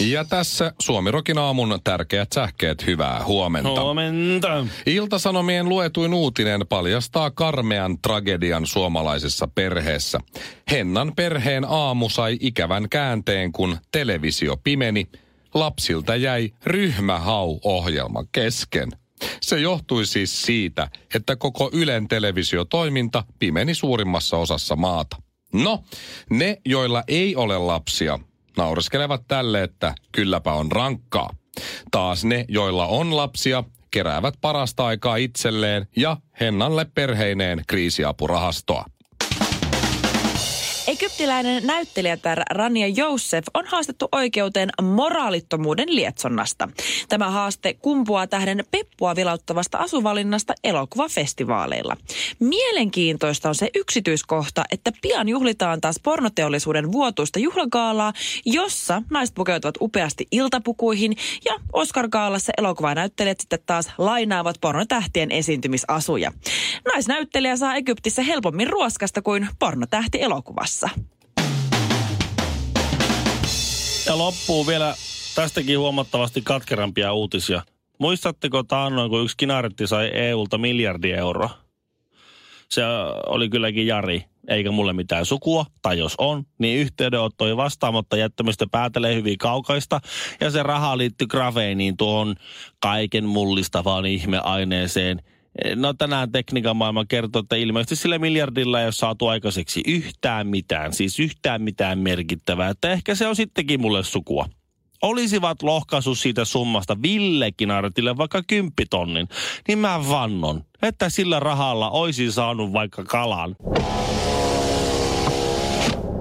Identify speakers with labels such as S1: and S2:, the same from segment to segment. S1: Ja tässä Suomirokin aamun tärkeät sähkeet. Hyvää huomenta.
S2: Huomenta.
S1: Iltasanomien luetuin uutinen paljastaa karmean tragedian suomalaisessa perheessä. Hennan perheen aamu sai ikävän käänteen, kun televisio pimeni. Lapsilta jäi ryhmähau-ohjelma kesken. Se johtui siis siitä, että koko Ylen televisiotoiminta pimeni suurimmassa osassa maata. No, ne, joilla ei ole lapsia, naureskelevat tälle, että kylläpä on rankkaa. Taas ne, joilla on lapsia, keräävät parasta aikaa itselleen ja Hennalle perheineen kriisiapurahastoa.
S3: Egyptiläinen näyttelijätär Rania Youssef on haastettu oikeuteen moraalittomuuden lietsonnasta. Tämä haaste kumpuaa tähden peppua vilauttavasta asuvalinnasta elokuvafestivaaleilla. Mielenkiintoista on se yksityiskohta, että pian juhlitaan taas pornoteollisuuden vuotuista juhlagaalaa, jossa naiset pukeutuvat upeasti iltapukuihin ja Oscar-gaalassa elokuvanäyttelijät sitten taas lainaavat pornotähtien esiintymisasuja. Naisnäyttelijä saa Egyptissä helpommin ruoskasta kuin pornotähti elokuvassa.
S2: Ja loppuu vielä tästäkin huomattavasti katkerampia uutisia. Muistatteko taannoin, kun yksi kinaretti sai EUlta miljardi euroa? Se oli kylläkin Jari, eikä mulle mitään sukua, tai jos on, niin yhteydenottoja vastaamatta jättämistä päätelee hyvin kaukaista, ja se raha liittyy graveiniin tuohon kaiken mullistavaan ihmeaineeseen, No tänään tekniikan maailma kertoo, että ilmeisesti sillä miljardilla ei ole saatu aikaiseksi yhtään mitään, siis yhtään mitään merkittävää. Että ehkä se on sittenkin mulle sukua. Olisivat lohkaisu siitä summasta Ville Kinaretille vaikka kymppitonnin, niin mä vannon, että sillä rahalla oisin saanut vaikka kalan.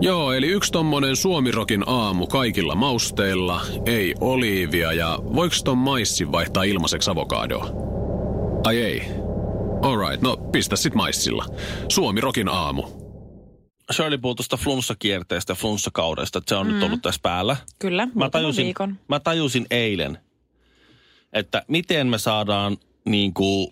S4: Joo, eli yksi tommonen suomirokin aamu kaikilla mausteilla, ei oliivia ja voiko ton maissin vaihtaa ilmaiseksi avokadoa? Ai ei. Alright, no pistä sit maissilla. Suomirokin aamu.
S2: Shirley puhui tuosta flunssakierteestä ja flunssakaudesta, että se on mm. nyt ollut tässä päällä. Mä
S3: Kyllä, muutaman
S2: tajusin,
S3: viikon.
S2: mä tajusin eilen, että miten me saadaan niin kuin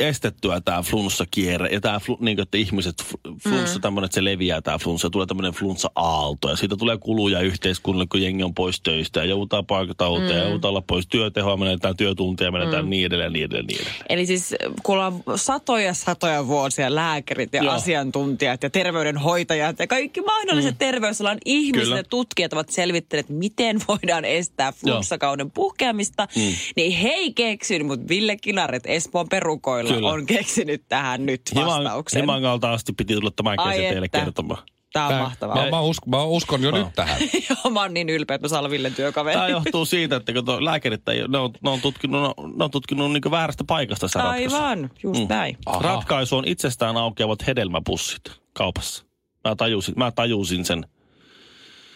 S2: estettyä tämä flunssakierre ja tämä, niin kuin, että ihmiset, fl- flunssa mm. tämmöinen, että se leviää tämä flunssa, tulee tämmöinen flunssa-aalto ja siitä tulee kuluja yhteiskunnalle, kun jengi on pois töistä ja joudutaan paikatauteen mm. ja joudutaan olla pois työtehoa, menetään työtunteja, menetään mm. niin edelleen, niin edelleen, niin edelleen.
S3: Eli siis kun ollaan satoja satoja vuosia lääkärit ja
S2: Joo.
S3: Joo. asiantuntijat ja terveydenhoitajat ja kaikki mahdolliset mm. terveysalan ihmiset
S2: Kyllä.
S3: ja tutkijat ovat selvittäneet, miten voidaan estää flunssakauden puhkeamista, mm. niin he ei keksinyt, mutta Ville Kinaret Espoon
S2: Kyllä.
S3: perukoilla Kyllä. on keksinyt tähän nyt
S2: Himan,
S3: vastauksen.
S2: Himangalta asti piti tulla tämä
S3: Ai
S2: käsi teille
S3: että.
S2: kertomaan.
S3: Tämä on Ah, mahtavaa.
S1: Mä, mä, usk, mä uskon jo
S2: Joo.
S1: nyt tähän.
S3: Joo, mä oon niin ylpeä, että mä saan olla Villen työkaveri.
S2: Tämä johtuu siitä, että kato, lääkärit ei, ne on, ne on tutkinut, ne on tutkinut niin väärästä paikasta sitä ratkaisua.
S3: Aivan, just mm. näin.
S1: Aha.
S2: Ratkaisu on itsestään aukeavat hedelmäpussit kaupassa. Mä tajusin, mä tajusin sen.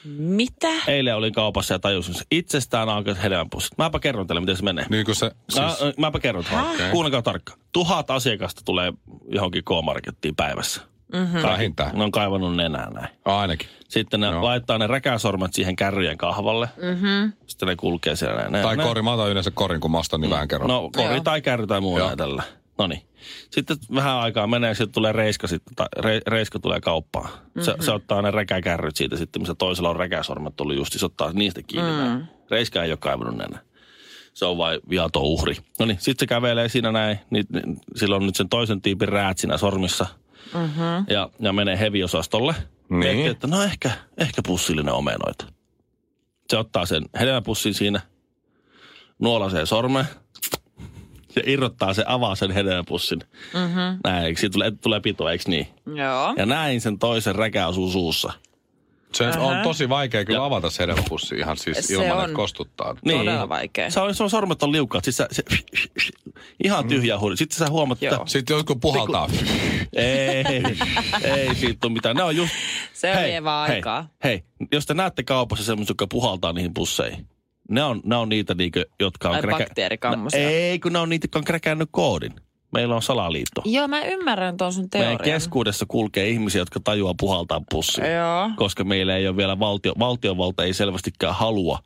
S3: Mitä?
S2: Eilen olin kaupassa ja tajusin sen. Itsestään aukeavat hedelmäpussit. Mäpä kerron teille, miten se menee.
S1: Niin kuin se,
S2: Mä, äh,
S1: siis,
S2: mäpä kerron teille. Kuunnelkaa tarkkaan. Tuhat asiakasta tulee johonkin K-markettiin päivässä. Mm-hmm.
S1: Vähintään.
S2: Ne on kaivannut nenää näin.
S1: ainakin.
S2: Sitten ne
S1: Joo.
S2: no. laittaa ne räkäsormet siihen kärryjen kahvalle. Mm-hmm. Sitten ne kulkee siellä näin. Ne-
S1: Tai
S2: ne-
S1: kori, mä otan yleensä korin, kun mä ostan, niin vähän kerran.
S2: No kori tai kärry tai muu
S1: Joo.
S2: tällä. No niin. Sitten vähän aikaa menee, sitten tulee reiska, sitten, tai re, reiska tulee kauppaan. Se, mm-hmm. se ottaa ne räkäkärryt siitä sitten, missä toisella on räkäsormet tullut just, se ottaa niistä kiinni. Mm. Reiska ei ole kaivannut nenä. Se on vain viaton uhri. No niin, sitten se kävelee siinä näin, niin, niin, sillä on nyt sen toisen tiipin räät siinä sormissa. Mm-hmm. Ja, ja menee heviosastolle.
S1: Niin.
S2: Miettii, että no ehkä, ehkä pussillinen omenoita. Se ottaa sen hedelmäpussin siinä, nuolasee sormen, se irrottaa, se avaa sen hedelmäpussin. Mm-hmm. Näin, eikö? Siitä tulee, tulee pito, eikö niin?
S3: Joo.
S2: Ja näin sen toisen räkä osuu suussa.
S1: Se
S3: Ähä.
S1: on tosi vaikea kyllä avata se hedelmäpussi ihan siis
S3: Se
S1: ilman,
S3: on.
S1: että kostuttaa.
S3: Todella vaikea.
S2: Niin. Se on, se on sormet on liukkaat. Siis sä, se, ihan tyhjä huuli. Sitten sä huomaat, että
S3: Joo.
S1: Sitten jotkut puhaltaa.
S2: ei, ei siitä ole mitään. Ne on just,
S3: Se on vie vaan aikaa.
S2: Hei, hei, jos te näette kaupassa semmoiset, jotka puhaltaa niihin pusseihin, ne on, ne on niitä, niinkö, jotka on...
S3: Ai bakteerikammosia.
S2: No, ei, kun ne on niitä, jotka on kräkännyt koodin. Meillä on salaliitto.
S3: Joo, mä ymmärrän tuon sun teorian.
S2: Meidän keskuudessa kulkee ihmisiä, jotka tajuaa puhaltaa pussiin.
S3: Joo.
S2: Koska meillä ei ole vielä valtio, valtiovalta ei selvästikään halua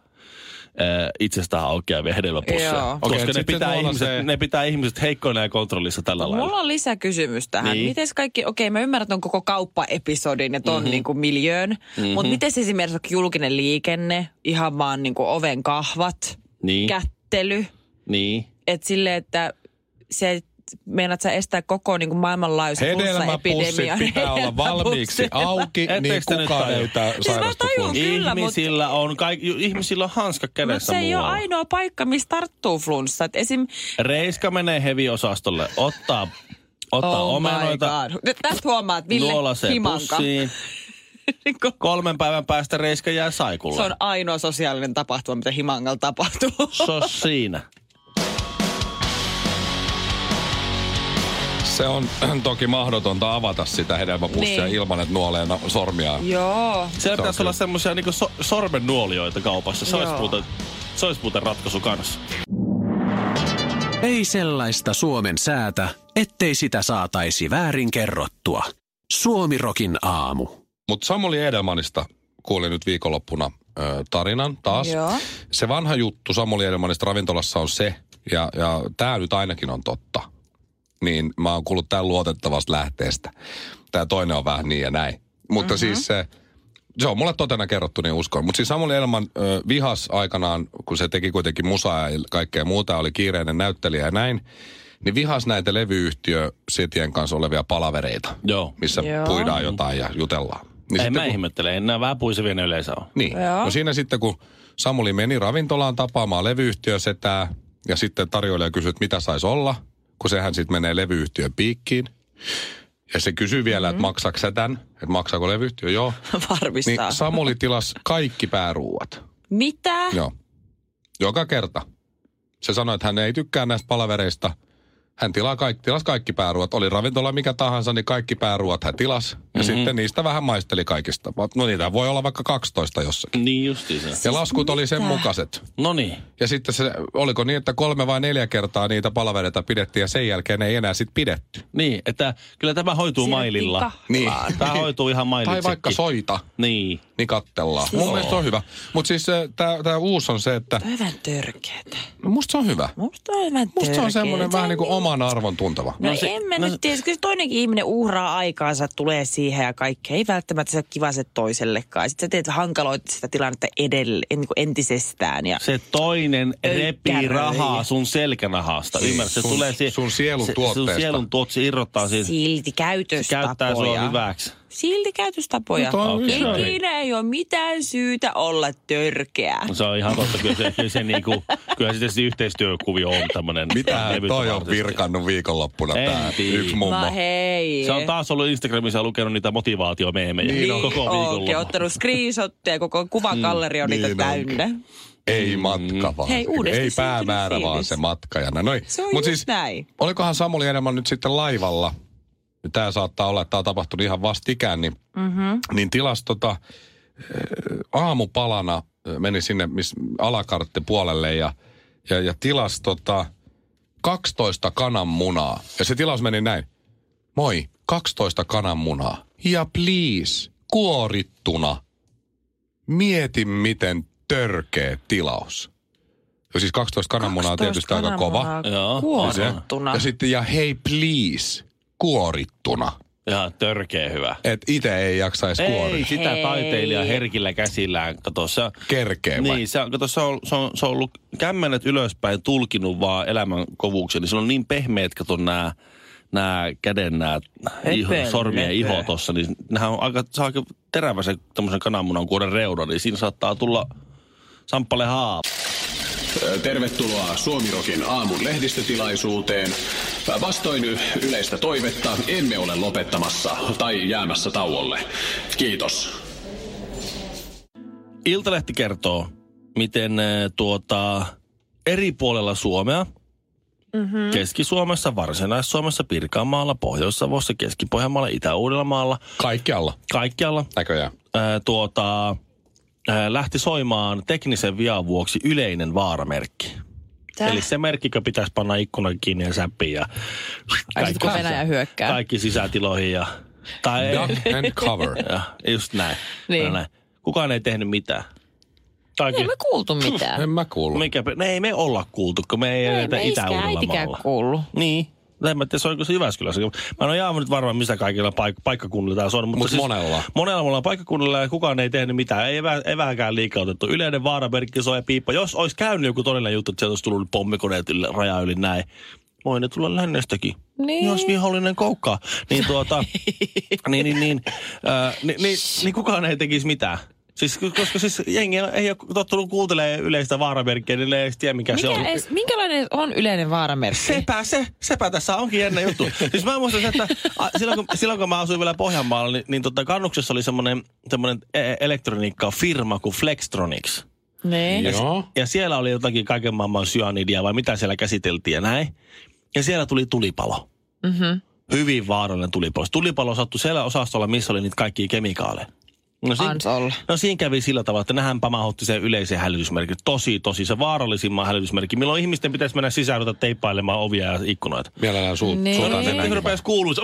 S2: ää, itsestään aukeavia hedelmäpusseja.
S3: Joo.
S2: Koska
S1: Okei, et
S2: ne,
S1: sitten
S2: pitää
S1: tuolla
S2: ihmiset,
S1: se-
S2: ne pitää ihmiset heikkoina ja kontrollissa tällä
S3: Mulla
S2: lailla.
S3: on lisäkysymys tähän.
S2: Niin.
S3: Niin. Miten kaikki, okei mä ymmärrän ton koko kauppaepisodin ja
S2: Mhm.
S3: ton mm-hmm. niinku miljöön, mm-hmm. mutta miten esimerkiksi vaikka julkinen liikenne, ihan vaan niinku oven kahvat,
S2: Niin,
S3: kättely,
S2: niin.
S3: että sille, että se meinaat sä estää koko niinku maailmanlaajuisen
S1: Hedelmäpussit
S3: flussaepidemian
S1: pitää olla valmiiksi
S3: hedelmäpussilla?
S1: auki, niin
S2: Ettekö te nyt
S1: kukaan
S2: tajua?
S1: ei tää
S3: Siis mä
S1: sairastu.
S3: tajun. No Kyllä, mut-
S2: ihmisillä on, kaik, ju- ihmisillä on hanska
S3: Mutta
S2: kädessä
S3: se ei ole
S2: muualla.
S3: ainoa paikka, missä tarttuu flunssa. Et esim...
S2: Reiska menee heviosastolle, ottaa, ottaa omenoita,
S3: Oh god. Nyt Tästä huomaat, että Ville
S2: nuolasee
S3: Himanka.
S2: pussiin.
S3: Niinku,
S2: Kolmen päivän päästä Reiska jää saikulle.
S3: Se on ainoa sosiaalinen tapahtuma, mitä Himangalla tapahtuu.
S2: Se on siinä.
S1: Se on toki mahdotonta avata sitä hedelmäpussia
S3: Niin.
S1: ilman, että nuolee na- sormiaan.
S3: Joo.
S2: Siellä
S1: Se on
S2: pitäisi
S1: kyllä.
S2: olla semmoisia niinku so, sormennuolioita kaupassa. Se olisi,
S3: Joo.
S2: muuten, se olisi muuten ratkaisu kanssa.
S4: Ei sellaista Suomen säätä, ettei sitä saataisi väärin kerrottua. Suomirokin aamu.
S1: Mutta Samuli Edelmanista kuulin nyt viikonloppuna ö, tarinan taas.
S3: Joo.
S1: Se vanha juttu Samuli Edelmanista ravintolassa on se, ja, ja tämä nyt ainakin on totta. Niin mä oon kuullut tämän luotettavasta lähteestä. Tämä toinen on vähän niin ja näin. Mutta mm-hmm. siis se, se on mulle totena kerrottu, niin uskon. Mutta siis Samuli Edelman ö, vihas aikanaan, kun se teki kuitenkin musaa ja kaikkea muuta, oli kiireinen näyttelijä ja näin, niin vihas näitä levyyhtiö Sitien kanssa olevia palavereita,
S2: Joo.
S1: missä
S3: Joo.
S1: puidaan jotain ja jutellaan. Niin
S2: Ei
S1: sitten
S2: mä kun... ihmettele, enää vähän puisevien yleensä on.
S1: niin.
S3: Joo.
S1: No siinä sitten, kun Samuli meni ravintolaan tapaamaan levyyhtiösetää ja sitten tarjoilija kysyi, että mitä saisi olla, kun sehän sitten menee levyyhtiön piikkiin. Ja se kysyy vielä, mm-hmm. että maksako sä tämän, että maksaako levyyhtiö, joo. Niin
S3: Varmistaa.
S1: Samuli tilasi kaikki pääruuat,
S3: Mitä?
S1: joo. Joka kerta. Se sanoi, että hän ei tykkää näistä palavereista. Hän tilaa kaikki, tilasi kaikki pääruuat. Oli ravintola mikä tahansa, niin kaikki pääruuat hän tilasi. Ja mm-hmm. sitten niitä vähän maisteli kaikista. No niitä voi olla vaikka 12 jossakin.
S2: Niin justiinsa.
S1: Ja laskut oli sen
S3: mitä?
S1: mukaiset.
S2: No niin.
S1: Ja sitten se, oliko niin, että kolme vai neljä kertaa niitä palveluita pidettiin ja sen jälkeen ei enää sit pidetty.
S2: Niin, että kyllä tämä hoituu
S3: Siirryttiin
S2: maililla.
S3: kahvilaan.
S1: Niin.
S2: Tämä hoituu ihan
S1: tai
S2: mailitsekin.
S1: vaikka soita,
S2: Niin.
S1: niin kattellaan. Mun mielestä se on hyvä. Mutta siis tämä uusi on se, että
S3: Toi on vähän törkeetä.
S1: no musta se on hyvä.
S3: Musta on vähän
S1: Musta se
S3: törkeetä.
S1: on semmoinen vähän niin kuin oman arvon tunteva.
S3: No,
S2: niinku No se-
S3: no se, en mä
S2: no
S3: no,
S2: se-
S3: nyt tiedä, kyllä toinenkin ihminen uhraa aikaansa, tulee siihen ja kaikkea. Ei välttämättä se ole kiva se toisellekaan. Sitten sä teet hankaloit sitä tilannetta edelle, niin kuin entisestään. Ja
S2: Se toinen
S3: Öykäröi.
S2: repii rahaa sun selkänahasta.
S1: Niin,
S2: Ymmärrät, se
S1: sun-
S2: tulee siihen.
S1: sun sielun
S2: se,
S1: tuotteesta.
S2: Sun sielun tuot, se irrottaa siitä.
S3: silti
S2: Se siis- käyttää sua
S3: käytöstapoja.
S2: hyväksi.
S3: Silti käytöstapoja.
S1: No toi on
S3: Ikinä
S1: hyvä.
S3: ei ole mitään syytä olla törkeä.
S2: No Se on ihan totta, kyllä se, kyllä se, niinku, kyllä se tietysti yhteistyökuvio on tämmönen.
S1: Mitä
S2: levyttä
S1: toi on
S2: varten.
S1: virkannut viikonloppuna
S2: En
S1: tää
S2: tiedä.
S1: yksi mummo.
S3: Mä hei.
S2: Se on taas ollut Instagramissa ja lukenut niitä motivaatiomeemejä
S1: Niin
S2: niin
S1: on.
S2: koko
S3: Onkin
S2: viikolla.
S3: ottanut screenshotteja, koko kuvakalleri on
S1: Mm,
S3: niitä
S1: niin
S3: täynnä.
S1: Ei matka vaan.
S3: Mm. Hei, uudesti
S1: ei
S3: syntynyt
S1: päämäärä vaan
S3: fiilis.
S1: se matkajana. Noin.
S3: Se on
S1: Mut
S3: just
S1: siis,
S3: näin.
S1: Olikohan Samuli Edelman nyt sitten laivalla? Tämä saattaa olla, että tämä on tapahtunut ihan vastikään, niin, mm-hmm. niin tilas tota, eh, aamupalana eh, meni sinne miss, alakartte puolelle ja, ja, ja tilas tota, 12 kananmunaa. Ja se tilaus meni näin. Moi, 12 kananmunaa. Ja please, kuorittuna. Mieti, miten törkeä tilaus. Ja siis 12 kananmunaa on
S3: 12
S1: tietysti aika kova.
S3: kananmunaa
S2: Joo. Siis
S3: Kuorottuna.
S1: Ja sitten, ja hei please, kuorittuna.
S2: Ihan törkeä hyvä.
S1: Et itse ei jaksaisi
S2: Ei,
S1: kuoria.
S2: sitä
S3: Hei.
S2: taiteilija herkillä käsillään. Kato, se,
S1: Kerkeä vai?
S2: niin, se, on- kato, se, on, se, on, se on ollut kämmenet ylöspäin tulkinut vaan elämän kovuuksia. Niin se on niin pehmeät, kato nämä nää käden nää iho,
S3: Lepö,
S2: sormien
S3: lepö.
S2: iho tuossa, niin nehän on aika, se on aika terävä se tämmöisen kananmunan kuoren reuna, niin siinä saattaa tulla samppale haava.
S4: Tervetuloa Suomirokin aamun lehdistötilaisuuteen. Vastoin yleistä toivetta emme ole lopettamassa tai jäämässä tauolle. Kiitos.
S2: Iltalehti kertoo, miten eh, tuota, eri puolella Suomea, mm-hmm. Keski-Suomessa, Varsinais-Suomessa, Pirkanmaalla, Pohjois-Savossa, Keski-Pohjanmaalla, Itä-Uudellamaalla,
S1: Kaikkialla
S2: kaikkialla
S1: näköjään.
S2: ää, tuota, ää, lähti soimaan teknisen vian vuoksi yleinen vaaramerkki.
S5: Tää.
S2: Eli se merkki, joka pitäisi panna ikkunan kiinni ja säppiin ja
S5: Ai sit kun Venäjä hyökkää.
S2: kaikki sisätiloihin. Ja, tai ei,
S1: Duck and cover.
S2: ja, just näin.
S5: Niin.
S2: Ja näin. Kukaan ei tehnyt mitään. Kaikki,
S5: Ei
S3: Niin,
S5: me kuultu mitään.
S1: En mä kuullut.
S2: mikä, ne ei me olla kuultu, kun me
S5: Ei
S2: ei eletä
S5: me
S2: itä
S5: iskään äitikään kuullut.
S2: Niin. En mä tiedä, se oliko se Jyväskylässä. Mä en ole ihan nyt varmaan, missä kaikilla paik- paikkakunnilla tämä on. Mutta siis
S1: Mut monella.
S2: Monella mulla on paikkakunnilla ja kukaan ei tehnyt mitään. Ei evä, evähänkään liikaa otettu. Yleinen vaaramerkki soi ja piippa. Jos olisi käynyt joku todellinen juttu, että sieltä olisi tullut pommikoneet yli, raja yli näin. Voi ne tulla lännestäkin.
S5: Niin.
S2: Jos vihollinen koukkaa. Niin tuota, niin, niin, niin, äh, niin, niin, niin kukaan ei tekisi mitään. Siis, koska siis jengi ei ole tottunut kuuntelemaan yleistä vaaramerkkiä, niin ne ei edes tiedä mikä, se
S5: Mikä
S2: on.
S5: edes, minkälainen on yleinen vaaramerkki?
S2: Sepä se, sepä tässä onkin jännä juttu. siis mä muistan sen, että a, silloin, kun, silloin kun mä asuin vielä Pohjanmaalla, niin, niin tota, kannuksessa oli semmoinen, semmoinen e- elektroniikka-firma kuin Flextronics.
S5: Niin.
S1: Joo.
S2: Ja siellä oli jotakin kaiken maailman syanidia vai mitä siellä käsiteltiin ja näin. Ja siellä tuli tulipalo.
S5: Mhm.
S2: Hyvin vaarallinen tulipalo. Se Tulipalo sattui siellä osastolla, missä oli niitä kaikkia kemikaaleja. No, siinä-
S5: Ans olla.
S2: No siinä kävi sillä tavalla, että nehän pamautti sen yleisen hälytysmerkin. Tosi, tosi se vaarallisimman hälytysmerkin, milloin ihmisten pitäisi mennä sisään ruveta teippailemaan ovia ja ikkunoita.
S1: Mielellään suu,
S5: Niin.
S1: niin. suotaan
S5: Niin.
S1: sen
S2: Sitten kun
S1: näkyvään.
S2: rupesi kuuluu se...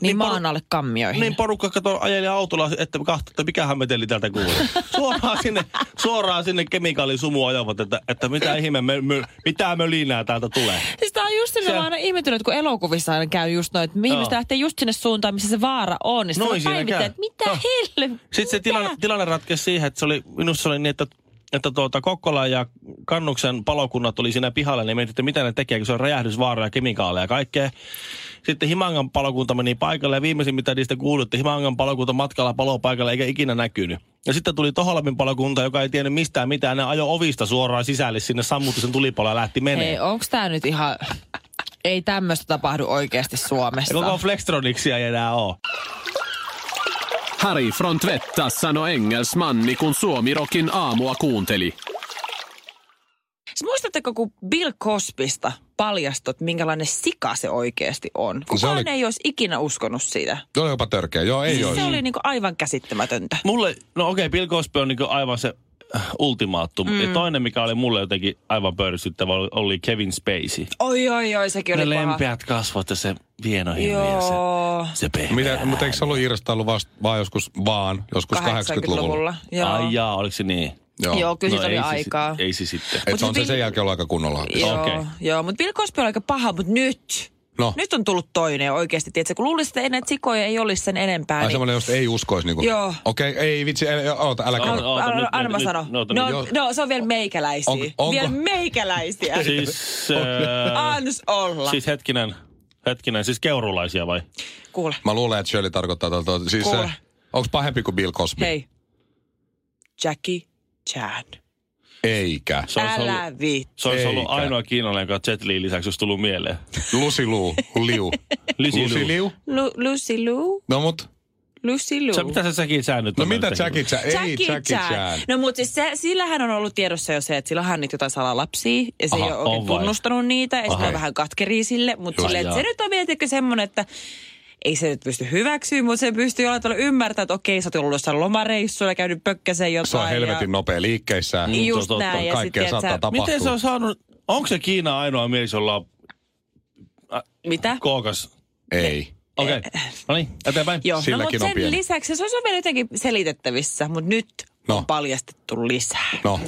S5: Niin
S2: poru-
S5: maan alle kammioihin.
S2: Niin porukka kato ajeli autolla, että kahta, että mikähän meteli täältä kuuluu. Suoraan sinne, suoraan sinne kemikaalisumua ajavat, että, että mitä ihme, me, me, mitä mölinää täältä tulee.
S5: Siis tää on just se, mitä
S2: Se-
S5: mä oon aina ihmetynyt, kun elokuvissa aina käy just noin, että ihmiset lähtee just sinne suuntaan, missä se vaara on. Niin
S2: Noin
S5: noin
S2: siinä
S5: siinä
S2: käy.
S5: että mitä
S2: Joo.
S5: helvettiä.
S2: Sitten se tilanne, tilanne ratkesi siihen, että se oli, minusta se oli niin, että, että tuota, Kokkola ja Kannuksen palokunnat oli siinä pihalla, niin mietittiin, mitä ne tekee, kun se on räjähdysvaaraa ja kemikaaleja ja kaikkea. Sitten Himangan palokunta meni paikalle ja viimeisin, mitä niistä kuului, että Himangan palokunta matkalla palopaikalle eikä ikinä näkynyt. Ja sitten tuli Toholamin palokunta, joka ei tiennyt mistään mitään. Ne ajoi ovista suoraan sisälle sinne, sammutti sen tulipalo ja lähti menee.
S5: Hei, onks tää nyt ihan... Ei tämmöistä tapahdu oikeasti Suomessa.
S2: Koko Flextroniksia ei enää ole.
S4: Harry Frontvetta sanoi engelsmanni, kun Suomirokin aamua kuunteli.
S3: Siis muistatteko, kun Bill Cosbysta paljastot, minkälainen sika se oikeasti on? Kukaan
S1: oli-
S3: oli... ei olisi ikinä uskonut siitä.
S1: Tuo oli jopa törkeä. Joo, ei
S3: siis
S1: ole.
S3: se oli niinku aivan käsittämätöntä.
S2: Mulle, no okei, okay, Bill Cosby on niinku aivan se äh, ultimaattum. Mm. Ja toinen, mikä oli mulle jotenkin aivan pöyristyttävä, oli, oli Kevin Spacey.
S3: Oi, oi, oi, sekin
S2: Ne
S3: oli paha.
S2: lempeät kasvot ja se hieno ja se,
S3: Joo.
S2: se pehmeä.
S1: Mitä, mutta eikö se ollut irstailu vasta, vaan joskus vaan, joskus 80-luvulla?
S3: 80-luvulla. Joo.
S2: Ai jaa, oliko se niin?
S1: Joo.
S5: Joo, kyllä siitä
S2: ei
S5: oli
S2: se sit-
S5: aikaa.
S2: Ei se sitten.
S1: Et se on se
S3: Mut
S1: sen
S3: Bill-
S1: jälkeen ollut aika kunnolla.
S3: Joo,
S2: Okei.
S3: okay. joo mutta Bill Cosby oli aika paha, mutta nyt,
S1: No,
S3: nyt on tullut toinen oikeasti. Tiedätkö, kun luulisit, että ei näitä sikoja ei olisi sen enempää.
S1: ai semmoinen, josta ei uskoisi. Niin
S3: Joo.
S1: Okei, okay, ei vitsi, ei, oota, älä
S2: On,
S1: kerro.
S2: on. Oota,
S3: Anna,
S2: nyt-
S3: anna mä
S2: nyt-
S3: sano.
S2: nyt-
S3: No,
S2: oota, nyt-
S3: no, se on vielä meikäläisiä.
S1: Onko- onko-
S3: Vielä meikäläisiä.
S2: Siis, äh,
S3: Ans olla.
S2: siis hetkinen, hetkinen, siis keurulaisia vai?
S3: Kuule,
S1: Mä luulen, että Shirley tarkoittaa tuolta. Siis
S3: Kuule.
S1: se, onko pahempi kuin Bill Cosby?
S3: hei. Jackie Chan.
S1: Eikä.
S2: Se olisi
S3: Älä
S2: ollut,
S3: viit.
S2: se olisi ollut
S1: Eikä.
S2: ainoa kiinalainen, joka Jet Li lisäksi olisi tullut mieleen.
S1: Lucy Liu. Liu.
S2: Lucy Liu.
S1: Liu.
S3: Lu, Lucy Lou?
S1: No mut,
S3: Lucy Lou?
S2: Sä, mitä sä säkin sä nyt
S1: no
S2: on
S1: mitä
S2: tehnyt?
S1: Jackie Chan? Ei Jackie Chan.
S3: No mutta siis se, sillähän on ollut tiedossa jo se, että sillä on nyt jotain salalapsia ja se
S2: Aha,
S3: Aha, ei ole oikein
S2: on vai?
S3: tunnustanut niitä ja
S1: Aha.
S3: sitä on vähän katkeria sille, mutta
S2: Just
S3: sille, että
S2: joo.
S3: se nyt on vielä tiedätkö, semmoinen, että ei se nyt pysty hyväksyä, mutta se pystyy jollain tavalla ymmärtämään, että okei, sä oot ollut jossain lomareissuilla, käynyt pökkäseen jotain.
S1: Se on
S3: ja...
S1: helvetin nopea liikkeissä.
S3: Niin Just
S2: Totta,
S3: näin. Ja sit,
S1: Kaikkea
S3: tiedät sä-
S1: saattaa tapahtua.
S2: Miten se on saanut, onko se Kiina ainoa mies, jolla on
S3: Mitä?
S2: kookas?
S1: Ei.
S2: Okei, okay. no niin, eteenpäin.
S3: Eh, Joo, no,
S1: Silläkin
S3: mutta
S1: on
S3: sen
S1: pieni.
S3: lisäksi se on vielä jotenkin selitettävissä, mutta nyt
S1: No.
S3: no. on paljastettu lisää.
S1: No,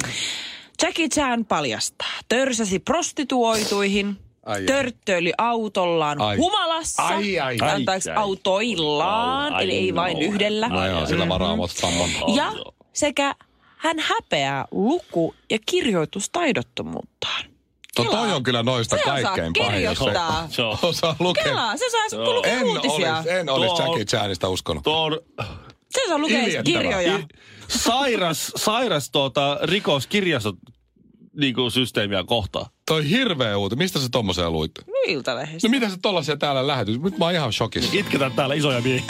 S3: Jackie Chan paljastaa. Törsäsi prostituoituihin,
S1: Ai, ai.
S3: törttöili autollaan
S1: Ai.
S3: humalassa,
S1: Ai, ai,
S3: tai
S2: ai.
S3: antaiksi
S2: Ai, ai.
S3: autoillaan,
S2: Ai,
S3: eli ei vain
S2: no,
S3: yhdellä. Mm.
S2: no
S1: no joo,
S3: Mm-hmm.
S1: sillä varaa motsamman.
S3: Ja sekä hän häpeää luku- ja kirjoitustaidottomuuttaan.
S1: No toi on kyllä noista
S3: Se osaa
S1: kaikkein pahin. jos se-
S3: kirjoittaa.
S2: Se on,
S1: Osaa lukea.
S3: Kelaa, se saisi
S2: Joo.
S3: lukea
S1: En
S3: uutisia.
S1: olisi, en olisi
S2: Tuo-
S1: Jackie Chanista uskonut.
S2: tuo on
S3: Se saa lukea edes
S1: Iljettävää.
S3: kirjoja.
S2: sairas, sairas tuota, rikoskirjasto niinku systeemiä kohtaan.
S1: Toi hirveä uutinen. Mistä sä tommoseen luit?
S3: Ilta lehdestä.
S1: No mitä sä tollasia täällä lähetys? Nyt mä oon ihan shokissa.
S2: Itketään täällä isoja miehiä.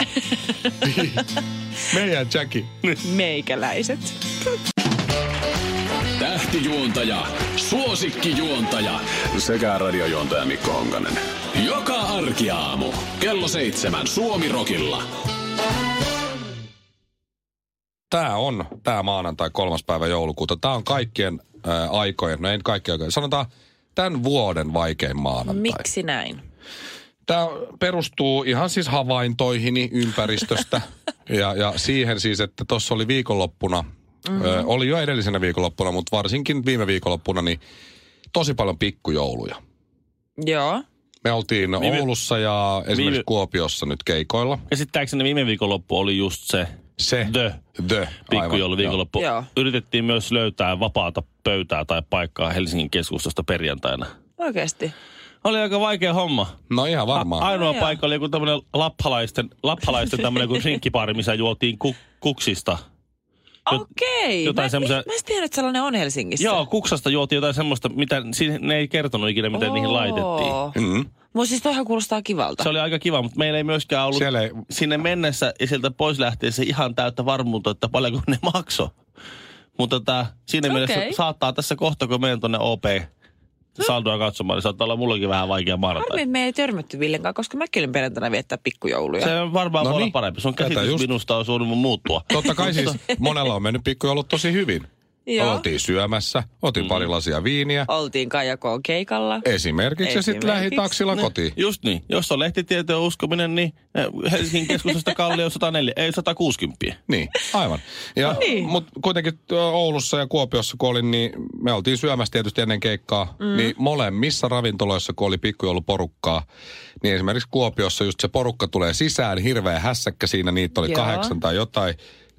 S1: Meidän Jackie.
S3: Meikäläiset.
S4: Tähtijuontaja, suosikkijuontaja sekä radiojuontaja Mikko Honkanen. Joka arkiaamu kello seitsemän Suomirokilla.
S1: Tää on, tää maanantai kolmas päivä joulukuuta. Tää on kaikkien ää, aikojen, no ei nyt kaikkien aikojen, sanotaan tämän vuoden vaikein maanantai.
S3: Miksi näin?
S1: Tämä perustuu ihan siis havaintoihini ympäristöstä ja, ja siihen siis, että tuossa oli viikonloppuna, mm-hmm. ö, oli jo edellisenä viikonloppuna, mutta varsinkin viime viikonloppuna, niin tosi paljon pikkujouluja.
S3: Joo.
S1: Me oltiin
S2: Viime-
S1: Oulussa ja esimerkiksi
S2: Viime-
S1: Kuopiossa nyt keikoilla.
S2: Käsittääkseni viime viikonloppu oli just se
S1: Se.
S2: The
S1: The.
S2: pikkujoulu
S1: Aivan,
S2: viikonloppu.
S3: Joo.
S2: Yritettiin myös löytää vapaata pöntää tai paikkaa Helsingin keskustasta perjantaina.
S3: Oikeasti.
S2: Oli aika vaikea homma.
S1: joo. No ihan varmaan.
S2: A- ainoa
S3: Ah. Joo.
S2: paikka oli joku tämmöinen lappalaisten, lappalaisten tämmöinen kuin drinkkipaari, missä juotiin ku- kuksista.
S3: Okei.
S2: jotain
S3: Mä-
S2: semmosia-
S3: Mä en tiedä, että sellainen on Helsingissä.
S2: Joo, kuksasta juotiin jotain semmoista, mitä si- ne ei kertonut ikinä, miten niihin laitettiin.
S1: Mm.
S3: Mutta siis toihan kuulostaa kivalta.
S2: Se oli aika kiva, mutta meillä ei myöskään ollut
S1: Siellä ei-
S2: sinne mennessä ja sieltä pois lähtiessä ihan täyttä varmuutta, että paljonko ne makso. Mutta tää, siinä
S3: Okei.
S2: mielessä saattaa tässä kohta, kun menen tuonne OP saldoa katsomaan, niin saattaa olla mullakin vähän vaikea
S3: Harmi,
S2: maanantai.
S3: että me ei törmätty Villenkaan, koska mäkin olin perjantaina viettää pikkujouluja.
S2: Se on varmaan
S1: No
S2: no voi
S1: niin.
S2: olla parempi. Sun
S1: Tätä
S2: käsitys
S1: just.
S2: minusta on suunnilleen muuttua.
S1: Totta kai siis monella on mennyt pikkujoulut tosi hyvin.
S3: Joo.
S1: Oltiin syömässä,
S2: Mm-hmm.
S1: otin mm. pari lasia viiniä.
S3: Oltiin Kajakoon keikalla.
S1: Esimerkiksi, ja sitten lähi
S3: Esimerkiksi.
S1: taksilla
S2: Ne-
S1: kotiin.
S2: Just niin. Jos on lehtitietojen uskominen, niin eh, Helsingin keskustasta Kallio 104, ei 160.
S1: Niin, aivan. Ja, no niin. Mutta kuitenkin ö, Oulussa ja Kuopiossa, kun olin, niin me oltiin syömässä tietysti ennen keikkaa. Mm. Niin molemmissa ravintoloissa, kun oli pikkujouluporukkaa, niin esimerkiksi Kuopiossa just se porukka tulee sisään, hirveä hässäkkä siinä, niitä oli
S3: Joo.
S1: Joo. kahdeksan tai jotain.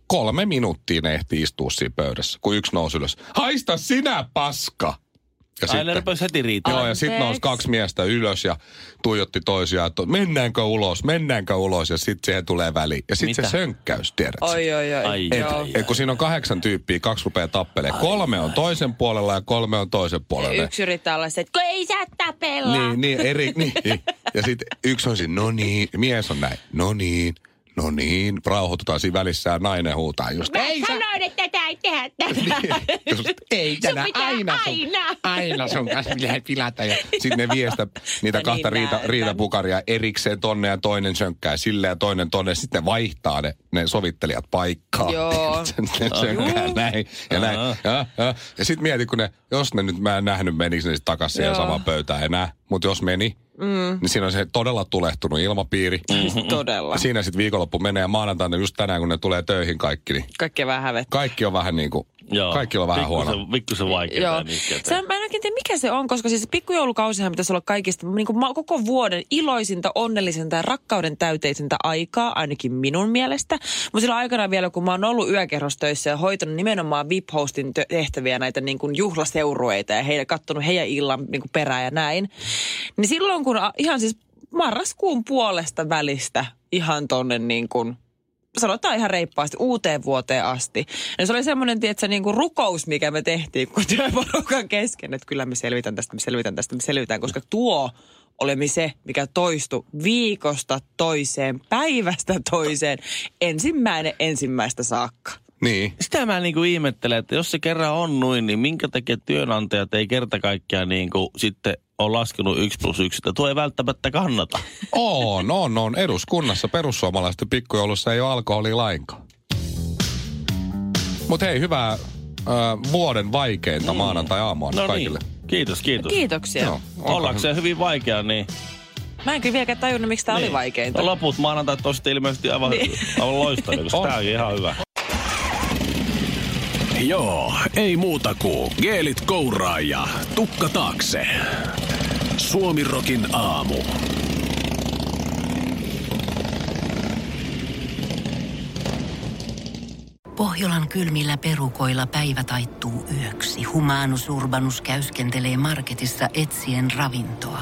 S1: Kolme minuuttia ne ehti istua siinä pöydässä, kun yksi nousi ylös. Haista sinä, paska! Ja
S2: Aina rupesi heti riittämään.
S1: Joo, ja sitten nousi
S3: Anteeksi.
S1: kaksi miestä ylös ja tuijotti toisiaan, että mennäänkö ulos, mennäänkö ulos, ja sitten siihen tulee väli. Ja sitten
S2: Mitä?
S1: se sönkkäys, tiedätkö?
S3: Oi, oi, oi.
S2: Ai,
S1: Et,
S3: Joo.
S1: et kun siinä on kahdeksan tyyppiä, kaksi rupeaa tappeleen. Kolme on toisen puolella ja kolme on toisen
S3: Ja
S1: puolella.
S3: Yksi yrittää olla se, että kun ei saa tapella.
S1: Niin, niin, eri, niin. Ja sitten yksi on siinä, no niin, mies on näin, no niin, no niin, rauhoitutaan siinä välissä ja nainen huutaa just, Niin,
S6: Mä ei sanoin, että tätä ei tehdä tätä.
S1: just ei
S6: Sun
S1: tänä
S6: pitää
S1: aina sun,
S6: aina.
S1: aina sun kanssa pitää pilata. Ja sitten ne viestä niitä
S3: Mä
S1: kahta
S3: niin
S1: riita,
S3: näytän.
S1: riitapukaria erikseen tonne ja toinen sönkkää sille ja toinen tonne. Sitten ne vaihtaa ne, ne sovittelijat paikkaa.
S3: Joo.
S1: ne sönkkää näin ja näin. Ja, ja. ja sitten mieti, kun ne, jos ne nyt mä en nähnyt, menikö ne sitten takaisin siihen
S3: Joo.
S1: samaan pöytään enää. Mutta jos meni,
S2: Mm-hmm.
S1: mm. niin siinä on se todella tulehtunut ilmapiiri.
S3: Mm. Todella.
S1: Ja siinä sitten viikonloppu menee ja maanantaina just tänään, kun ne tulee töihin kaikki, niin
S3: Kaikkea vähän hävet.
S1: kaikki on vähän niin kuin,
S2: Joo.
S1: kaikki on vähän huono.
S2: Pikkusen- Pikkusen
S3: Joo.
S2: vaikeaa. niitä
S3: Se, on- mä en oikein tiedä, mikä se on, koska siis pikkujoulusausihan pitäisi olla kaikista niin kuin koko vuoden iloisinta, onnellisinta ja rakkauden täyteisintä aikaa, ainakin minun mielestä. Mutta sillä aikana vielä, kun mä oon ollut yökerrostöissä ja hoitanut nimenomaan VIP-hostin tö- tehtäviä näitä niin kuin juhlaseurueita ja heidän, kattonut heidän illan niin kuin perään ja näin, niin silloin kun a- ihan siis marraskuun puolesta välistä ihan tonne niin kuin sanotaan ihan reippaasti, uuteen vuoteen asti. Ja se oli semmoinen, tietysti, niin kuin rukous, mikä me tehtiin kun työporukan kesken, että kyllä me selvitän tästä, me selvitän tästä, me selvitään, koska tuo olemme se, mikä toistu viikosta toiseen, päivästä toiseen, ensimmäinen ensimmäistä saakka.
S1: Niin.
S2: Sitä mä niinku ihmettelen, että jos se kerran on noin, niin minkä takia työnantajat ei kerta kaikkiaan niinku sitten on laskenut 1 plus 1, että tuo ei välttämättä kannata.
S1: On, on, on. Eduskunnassa perussuomalaisten pikkujoulussa ei ole alkoholia lainkaan. Mutta hei, hyvää äh, vuoden vaikeinta mm. maanantai-aamua no
S2: No
S1: kaikille.
S2: niin, kiitos, kiitos.
S3: Kiitoksia.
S1: Joo, olkaa
S2: Ollaanko se hyvin vaikea, niin...
S3: Mä en kyllä vieläkään tajunnut, miksi tämä
S2: niin.
S3: oli vaikeinta.
S2: No loput maanantai on sitten ilmeisesti aivan,
S3: Niin.
S2: aivan loistavia, koska
S1: On.
S2: tää on ihan hyvä.
S4: Joo, ei muuta kuin geelit kouraa ja tukka taakse. Suomirokin aamu.
S7: Pohjolan kylmillä perukoilla päivä taittuu yöksi. Humanus Urbanus käyskentelee marketissa etsien ravintoa.